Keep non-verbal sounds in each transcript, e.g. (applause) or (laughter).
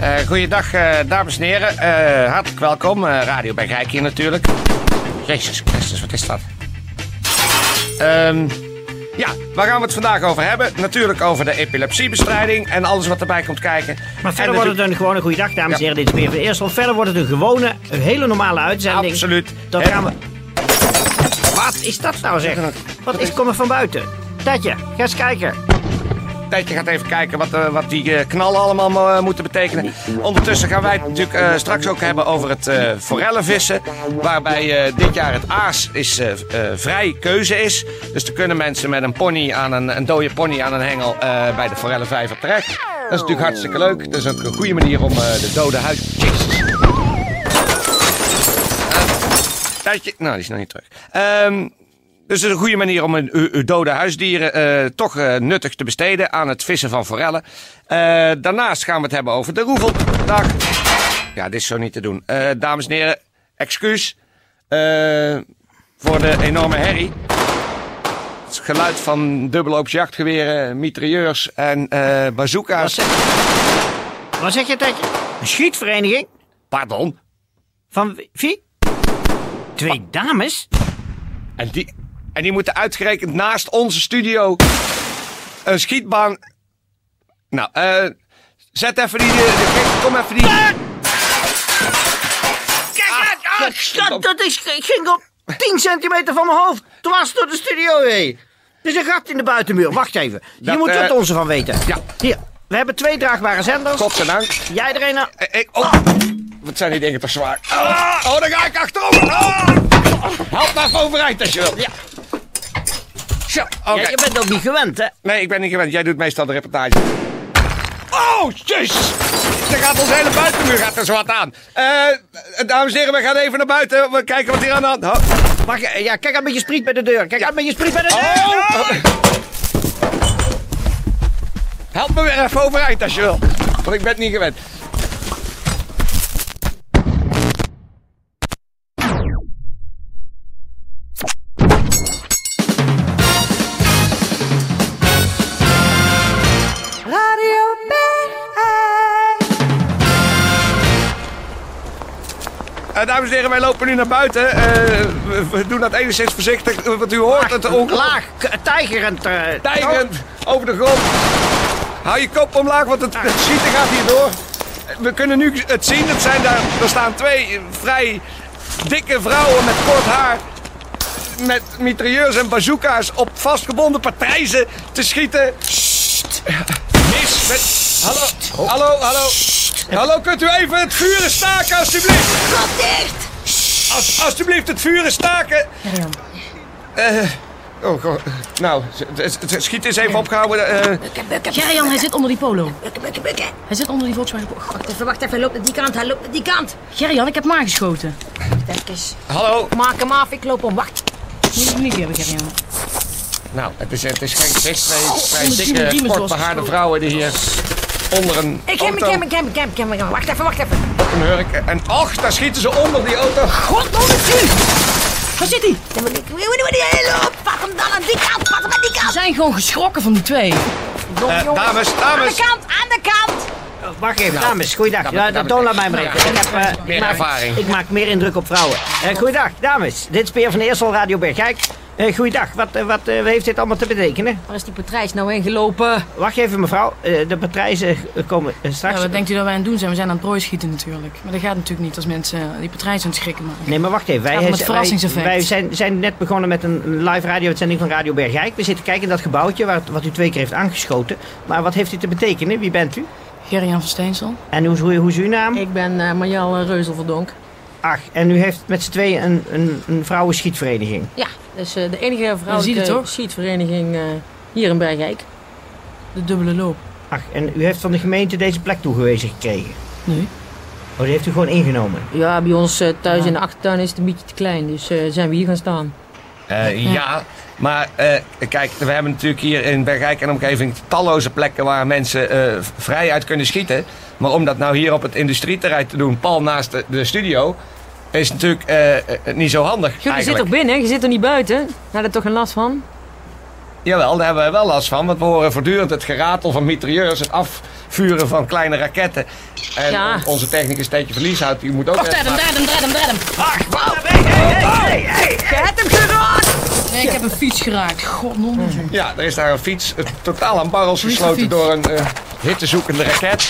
Eh, goeiedag, eh, dames en heren. Eh, hartelijk welkom. Eh, Radio Bergijk hier natuurlijk. Jezus Christus, wat is dat? Ehm, ja, waar gaan we het vandaag over hebben? Natuurlijk over de epilepsiebestrijding en alles wat erbij komt kijken. Maar verder En wordt het een gewone goede dag, dames en heren. Dit is weer voor eerst. al. Verder wordt het een gewone, een hele normale uitzending. Absoluut. Dan Hè? gaan we... Wat is dat nou zeg? Wat is komen van buiten? Tatje, ga eens kijken. Tijdje gaat even kijken wat, eh, wat die eh, knallen allemaal eh, moeten betekenen. Ondertussen gaan wij het natuurlijk eh, straks ook hebben over het eh forellenvissen. Waarbij eh, dit jaar het aas is, eh, eh, vrij keuze is. Dus er kunnen mensen met een, pony aan een, een dode pony aan een hengel eh, bij de forellenvijver terecht. Dat is natuurlijk hartstikke leuk. Dat is ook een goede manier om eh, de dode huid... Jezus. Tijdje... Nou, die is nog niet terug. Ehm, dus het is een goede manier om een- uw, uw dode huisdieren eh, toch eh, nuttig te besteden aan het vissen van forellen. Eh, daarnaast gaan we het hebben over de roeveldag. Ja, dit is zo niet te doen. Eh, dames en heren, excuus eh, voor de enorme herrie. Het geluid van dubbelloops jachtgeweren, mitrailleurs en eh Wat bazooka's. zeg, wat zeg je, Tatje? Een schietvereniging? Pardon. Van wie- wie? Twee dames? En die, en die moeten uitgerekend naast onze studio een schietbaan. Nou, eh. Zet even die. eh, de gek- kom even die. Eh! Kijk uit! Ah, dat, dat is, ik ging op 10 centimeter van mijn hoofd. Toen was het door de studio heen. Er is een gat in de buitenmuur. Wacht even. Hier Dat, moeten we eh, het onze van weten. ja. Hier, we hebben twee draagbare zenders. Godzijdank. Jij er een aan. Eh, Ik. Oh. Wat zijn die dingen toch zwaar? Ah, Oh, daar ga ik achterover. Ah. Help maar even overeind als je wil. Ja. Zo, oké. Ja, je bent ook niet gewend, hè? Nee, ik ben niet gewend. Jij doet meestal de reportage. Oh, jezus! Er gaat ons hele buitenmuur gaat er zwart aan. Eh, dames en heren, we gaan even naar buiten. We kijken wat hier aan de hand... Oh. Mag ik- ja, kijk uit met je spriet bij de deur. Kijk uit met je spriet bij de deur. Oh! Help me weer even overeind als je wil. Want ik ben het niet gewend. Eh, dames en heren, wij lopen nu naar buiten. Eh, we, we doen dat enigszins voorzichtig, want u hoort het ongeluk. Laag, k- tijgerend. eh, Tijgerend over de grond. Hou je kop omlaag, want het, het schieten gaat hier door. We kunnen nu het zien. Het zijn daar, er staan twee eh, vrij dikke vrouwen met kort haar. Met mitrailleurs en bazooka's op vastgebonden patrijzen te schieten. Mis met... Hallo, hallo, hallo. Hallo, kunt u even het vuren staken, alstublieft? Gaat dicht! Als, alsjeblieft, het vuren staken. Oh, god. Nou, het- het- het schiet is even opgehouden. eh. Gerjan, hij zit onder die polo. Bukken, bukken, bukken. Hij zit onder die Volkswagen polo. Goh, Wacht even, wacht even. Hij loopt naar die kant, hij loopt naar die kant. Gerjan, ik heb hem aangeschoten. Kijk eens. hallo. Maak hem af, ik loop om. Wacht. Moet je hem niet hebben, Gerjan. Nou, het is, het is geen gezicht. Twee, twee die riem dikke, is kortbehaarde losgeschoten. vrouwen die hier onder een Ik heb hem, auto, ik heb hem, ik heb hem, ik heb hem, ik heb hem. Wacht even, wacht even. een hurk... En och, daar schieten ze onder die auto. Goddomme vuur. Waar zit hij? Dan moet ik... Hoe doe je die loop? Pak hem dan aan die kant, pak hem aan die Ze kant. zijn gewoon geschrokken van die twee. Jongen, Eh, jongen. dames, Aan de dames. kant, aan de kant. Oh, wacht even, dames. Goeiedag. Ja, dat toon laat mij maar even. Ik, heb, eh, ik Meer maak- ervaring. ik maak meer indruk op vrouwen. Eh, goeiedag, dames. Dit is Peer van de Eersel Radio Bergijk. Eh goeiedag, wat, eh, wat eh, heeft dit allemaal te betekenen? Waar is die patrijs nou heen gelopen? Wacht even, mevrouw. Eh, de patrijzen eh, komen eh, Ja, straks. wat denkt u dat wij aan het doen zijn? We zijn aan het prooi schieten natuurlijk. Maar dat gaat natuurlijk niet als mensen die patrijs aan het schrikken maken. Nee, maar wacht even. Wij, Het gaat om het wij, verrassingseffect. wij zijn, zijn net begonnen met een live radio-uitzending van Radio Bergijk. We zitten kijken in dat gebouwtje waar, het- wat u twee keer heeft aangeschoten. Maar wat heeft dit te betekenen? Wie bent u? Gerjan van Steensel. En hoe, hoe, hoe is uw naam? Ik ben Marjal Reuzelverdonk. Ach, en u heeft met z'n tweeën een, een, een vrouwenschietvereniging. Ja, dus de enige vrouwelijke eh, schietvereniging hier in Bergijk. De dubbele loop. Ach, en u heeft van de gemeente deze plek toegewezen gekregen? Nee. Oh, die heeft u gewoon ingenomen? Ja, bij ons eh, thuis in de achtertuin is het een beetje te klein, dus eh, zijn we hier gaan staan. Eh, ja, maar eh, kijk, we hebben natuurlijk hier in Bergijk en omgeving talloze plekken waar mensen eh, v- vrij uit kunnen schieten. Maar om dat nou hier op het industrieterrein te doen, pal naast de, de studio, is natuurlijk eh, eh, niet zo handig. Joh, je zit eigenlijk. toch binnen, hè? je zit er niet buiten? Heb je er toch geen last van? Jawel, daar hebben we wel last van, want we horen voortdurend het geratel van mitrailleurs, het afvuren van kleine raketten. En Ja. on- onze technicus Steentje Verlieshout, die moet ook... Red hem, red hem, red hem, red hem. Nee, ik heb een fiets geraakt. God, non. Ja, er is daar een fiets eh, totaal aan barrels Wie is de gesloten fiets? door een eh, hittezoekende raket.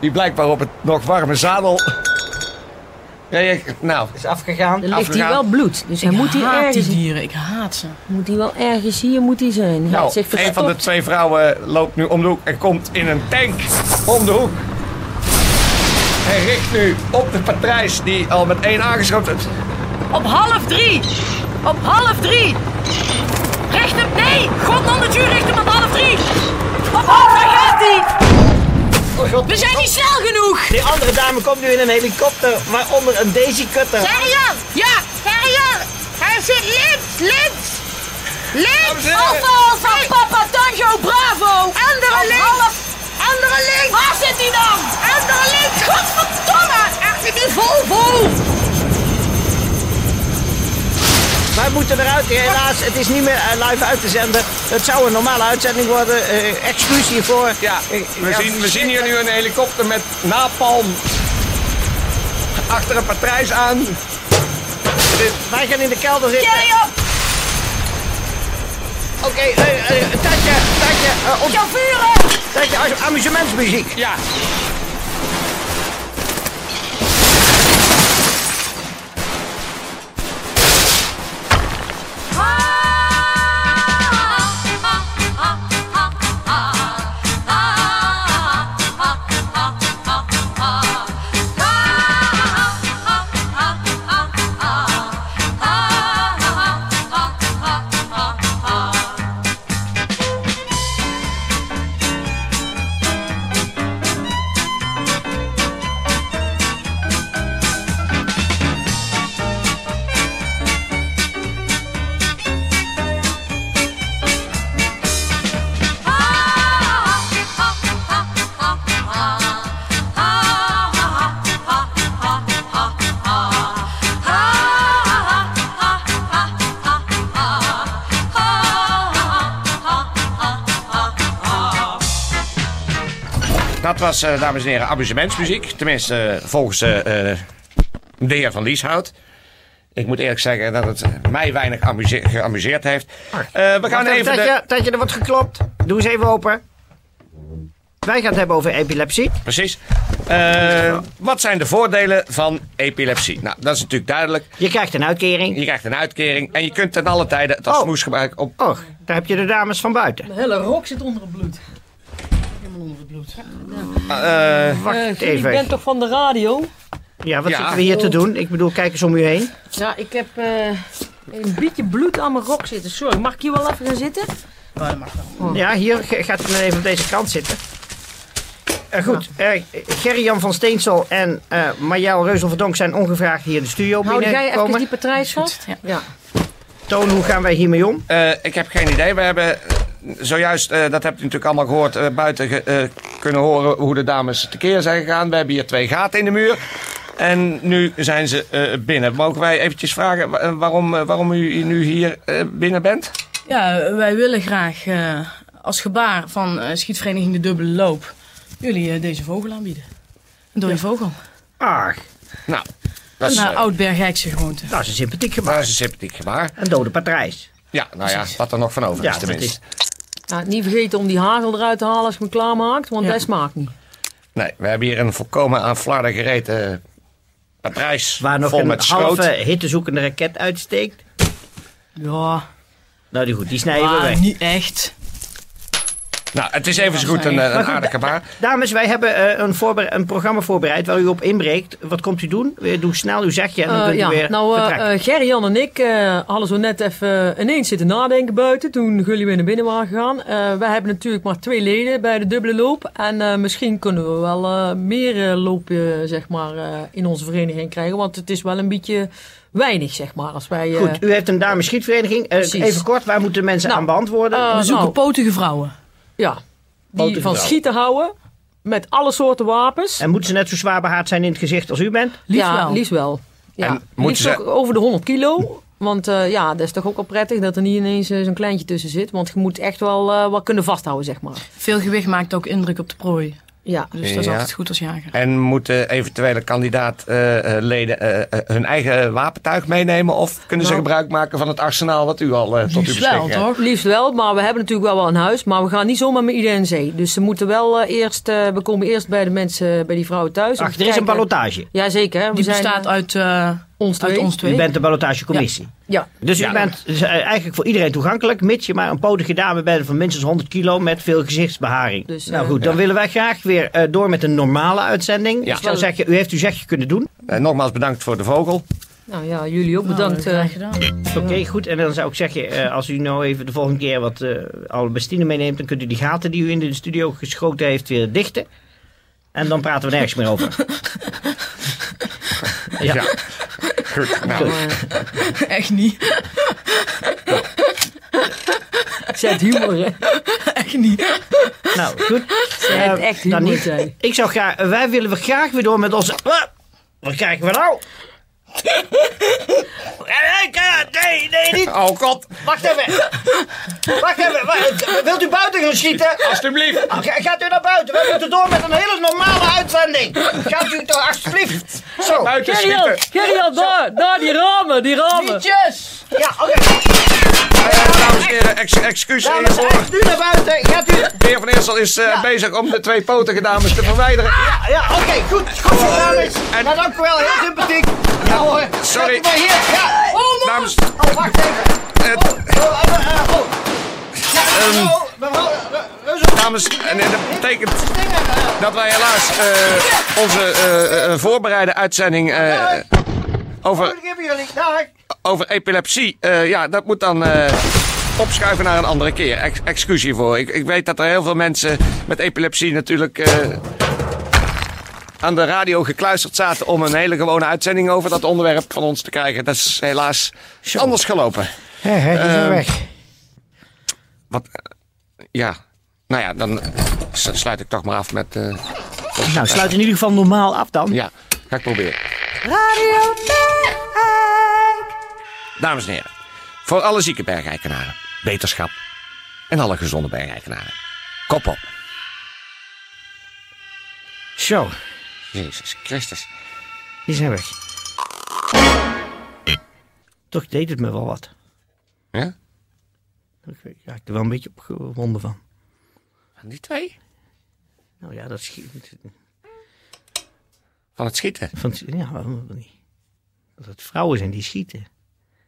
Die blijkbaar op het nog warme zadel. Ja, ja, nou, Is afgegaan? Er ligt hier Afgegaan. wel bloed, dus hij Ik moet hier haat ergens... die dieren, ik haat ze. Moet hij wel ergens hier moet hij zijn. Hij heeft nou zich een van de verstopt. twee vrouwen loopt nu om de hoek en komt in een tank om de hoek. En richt nu op de patrijs die al met één aangeschoten is. Op half drie. Op half drie. Richt hem, nee. God, dan dat u richt hem op half drie. Op half drie gaat hij. We zijn niet snel genoeg. Die andere dame komt nu in een helikopter, waaronder een Daisy Cutter. Serieus? Ja, serieus. Hij zit links, links. Dames Links. en heren. Alfa, van Papa Tango Bravo. Andere links. Andere links. Waar zit hij dan? Andere links. Godverdomme. Er zit die Volvo. Wij moeten eruit, helaas. Het is niet meer eh, live uit te zenden. Het zou een normale uitzending worden. eh, excuus hiervoor. Ja, Eh, we, zien, we zien hier nu een helikopter met napalm achter een patrijs aan. Wij gaan in de kelder zitten. Jij op. Oké, eh eh, Tijtje, Tijtje, eh, ont- Chauffeuren. Tijtje, als- amusementsmuziek. Ja, dat was, eh, dames en heren, amusementsmuziek. Tenminste, eh, volgens eh, eh, de heer Van Lieshout. Ik moet eerlijk zeggen dat het eh, mij weinig amuse- geamuseerd heeft. Eh, we gaan Wacht even, even... Tijtje, De, Tijtje, er wordt geklopt. Doe eens even open. Wij gaan het hebben over epilepsie. precies. Eh, wat zijn de voordelen van epilepsie? Nou, dat is natuurlijk duidelijk. Je krijgt een uitkering. Je krijgt een uitkering en je kunt ten alle tijde het als Oh. smoes gebruiken op Och, daar heb je de dames van buiten. De hele rok zit onder het bloed. Helemaal onder het bloed. Wacht Eh, Guus, ik even. ben toch van de radio? Ja, wat Ja. zitten we hier te doen? Ik bedoel, kijk eens om u heen. Ja, ik heb eh, een beetje bloed aan mijn rok zitten. Sorry, mag ik hier wel even gaan zitten? Ja, hier ge- gaat u maar even op deze kant zitten. Eh, goed, eh, Gerry-Jan van Steensel en eh Marjaal Reuzel-Verdonk zijn ongevraagd hier de studio Hou jij even binnengekomen. die patrijs vast? Ja. Ja. Toon, hoe gaan wij hiermee om? Eh, ik heb geen idee. We hebben zojuist, eh, dat hebt u natuurlijk allemaal gehoord, eh, buiten ge- eh, kunnen horen hoe de dames tekeer zijn gegaan. We hebben hier twee gaten in de muur. En nu zijn ze eh, binnen. Mogen wij eventjes vragen wa- eh, waarom, eh, waarom u nu hier eh, binnen bent? Ja, wij willen graag eh, als gebaar van eh, schietvereniging De Dubbele Loop jullie eh, deze vogel aanbieden. Een dode vogel. Ach, Nou, dat is, Een eh, oh. uh, oud Bergijkse gewoonte. dat is een sympathiek dat gebaar. is een sympathiek gebaar. Een dode patrijs. Ja, nou ja, wat er nog van over Ja, is dat tenminste. Ja, Nou, niet vergeten om die hagel eruit te halen als je hem klaarmaakt, want Ja. hij smaakt niet. Nee, we hebben hier een volkomen aan flarden gereten patrijs Waar nog vol een met schroot. halve hittezoekende raket uitsteekt. Ja, ah, Nou, die goed, die snijden we maar weg. niet echt. Nou, het is even zo goed een, eh, een aardige baar. Dames, wij hebben eh, een, voorbere- een programma voorbereid waar u op inbreekt. Wat komt u doen? Eh, Doe snel uw zegje en dan Eh, kunt u ja, weer nou, eh, vertrekken. eh, Gerry-Jan en ik eh, hadden zo net even eh, ineens zitten nadenken buiten. Toen jullie weer naar binnen waren gegaan. Eh, wij hebben natuurlijk maar twee leden bij de dubbele loop. En eh, misschien kunnen we wel eh, meer eh, lopen eh, zeg maar, eh, in onze vereniging krijgen. Want het is wel een beetje weinig, zeg maar. Als wij, eh, Goed, u heeft een dames schietvereniging. Eh, Precies. even kort, waar moeten mensen Nou, aan beantwoorden? eh, We zoeken nou. potige vrouwen. ja, die van schieten houden. Met alle soorten wapens. en moeten ze net zo zwaar behaard zijn in het gezicht als u bent? Liefst ja, wel. liefst wel. Ja. En moeten liefst ze- ook over de 100 kilo. Want eh, ja, dat is toch ook wel prettig dat er niet ineens eh, zo'n kleintje tussen zit. Want je moet echt wel eh, wat kunnen vasthouden, zeg maar. Veel gewicht maakt ook indruk op de prooi. Ja, Dus dat is Ja. altijd goed als jager. En moeten eventuele eh, kandidaatleden hun eigen wapentuig meenemen? Of kunnen ze Nou. gebruik maken van het arsenaal wat u al eh, tot uw Liefst wel, beschikking hebt? toch? Dus liefst wel. Maar we hebben natuurlijk wel wel een huis. Maar we gaan niet zomaar met iedereen zee. Dus ze moeten wel eh, eerst... eh, we komen eerst bij de mensen, eh, bij die vrouwen thuis. om Ach, te er is een kijken- ballotage. Jazeker. hè. We Die zijn, bestaat eh, uit, eh, ons uit twee. ons U twee. bent de ballotagecommissie. Ja, Dus u bent eh, eigenlijk voor iedereen toegankelijk, mits je maar een potige dame bent van minstens 100 kilo met veel gezichtsbeharing. Dus, nou eh, goed, dan willen wij graag weer eh, door met een normale uitzending. Ja. Dus dan zeg je, u heeft uw zegje kunnen doen. Eh, nogmaals bedankt voor de vogel. nou ja, jullie ook bedankt. eh, Graag gedaan. (laughs) Oké, goed. En dan zou ik zeggen, eh, als u nou even de volgende keer wat eh albestine meeneemt, dan kunt u die gaten die u in de studio geschoten heeft weer dichten. En dan praten we nergens meer over. ja. (laughs) Goed, nou, Echt niet. (laughs) zet humor, hè. Echt niet. Nou, goed. Zet Eh, echt dan humor, niet. zijn. Ik zou graag, wij willen we graag weer door met onze... Ah, wat krijgen we nou? eh, Nee, nee, niet. Oh god, Wacht even. Wacht even. Wa- eh, Wilt u buiten gaan schieten? Ah, alstublieft. Ga- Gaat u naar buiten? We moeten door met een hele normale uitzending. Gaat u toch alsjeblieft. Oh, Zo. Buiten Gerry-Jan, schieten. Gerry-Jan, daar, daar, die ramen, die ramen. Liedjes. Ja, oké. Eh, dames en heren, ex excuus Dames, hiervoor. echt nu naar buiten. Gaat u... De heer Van Eersel is eh, bezig om de twee potige dames te verwijderen. Ja, oké. goed. Goed zo, dames. Nou, dank u wel. Heel sympathiek. Ja hoor. Sorry. Gaat u maar hier. Ja. Oh, man. Dames, Oh, wacht even. eh, Oh, eh, eh, oh. Ja, Ehm. mevrouw, mevrouw, reuze- dames en heren, dat betekent dingen, eh. dat wij helaas eh, onze eh, eh, voorbereide uitzending eh, over, Goed, ik heb jullie. Dag. over epilepsie, eh, ja, dat moet dan eh, opschuiven naar een andere keer. Ex excuus hiervoor. Ik, ik weet dat er heel veel mensen met epilepsie natuurlijk eh, aan de radio gekluisterd zaten om een hele gewone uitzending over dat onderwerp van ons te krijgen. Dat is helaas anders gelopen. Hé, hé, die Ehm. zijn weg. Wat? eh, Ja. Nou ja, dan eh, s- sluit ik toch maar af met. eh, Nou, sluit in ieder geval normaal af dan. ja, ga ik proberen. Dames en heren, voor alle zieke bergeikenaren, beterschap en alle gezonde bergeikenaren. Kop op. Zo, Jezus Christus. die zijn weg. Toch deed het me wel wat. Ja? Ik raakte er wel een beetje opgewonden van. Van die twee? Nou ja, dat schiet. Van het schieten. Van, ja, waarom wel niet? Dat het vrouwen zijn die schieten.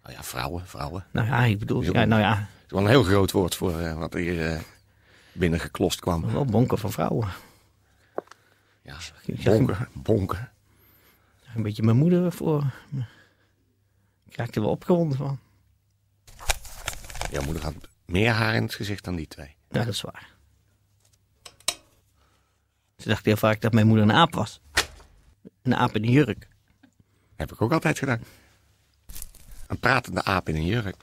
Oh ja, vrouwen, vrouwen. Nou ja, ik bedoel, ja, nou ja, Dat is wel een heel groot woord voor eh, wat hier eh, binnengeklost kwam. wel bonken van vrouwen. Ja, bonken, bonken. Een beetje mijn moeder voor. Ik raakte er wel opgewonden van. Jouw moeder had meer haar in het gezicht dan die twee. Ja, dat is waar. Ze dacht heel vaak dat mijn moeder een aap was. Een aap in een jurk. Heb ik ook altijd gedaan. Een pratende aap in een jurk.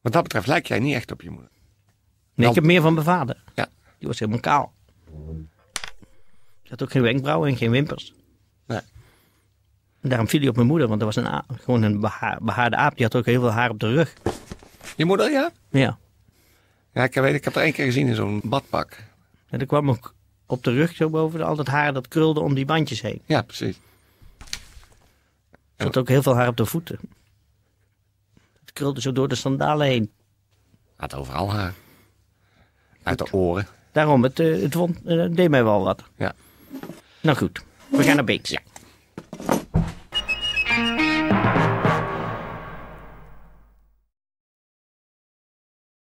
Wat dat betreft lijk jij niet echt op je moeder. Nee, Dan- ik heb meer van mijn vader. Ja. Die was helemaal kaal. Ze had ook geen wenkbrauwen en geen wimpers. Nee. En daarom viel hij op mijn moeder, want dat was een aap, gewoon een beha- behaarde aap. Die had ook heel veel haar op de rug. Je moeder, ja? Ja. Ja, ik weet, ik heb er één keer gezien in zo'n badpak. En er kwam ook op de rug zo boven al dat haar dat krulde om die bandjes heen. Ja, precies. Ze had ook heel veel haar op de voeten. Het krulde zo door de sandalen heen. Had overal haar. Uit de oren. Daarom, het, eh, het won- eh, deed mij wel wat. Ja. Nou goed, we gaan naar Beeks. Ja.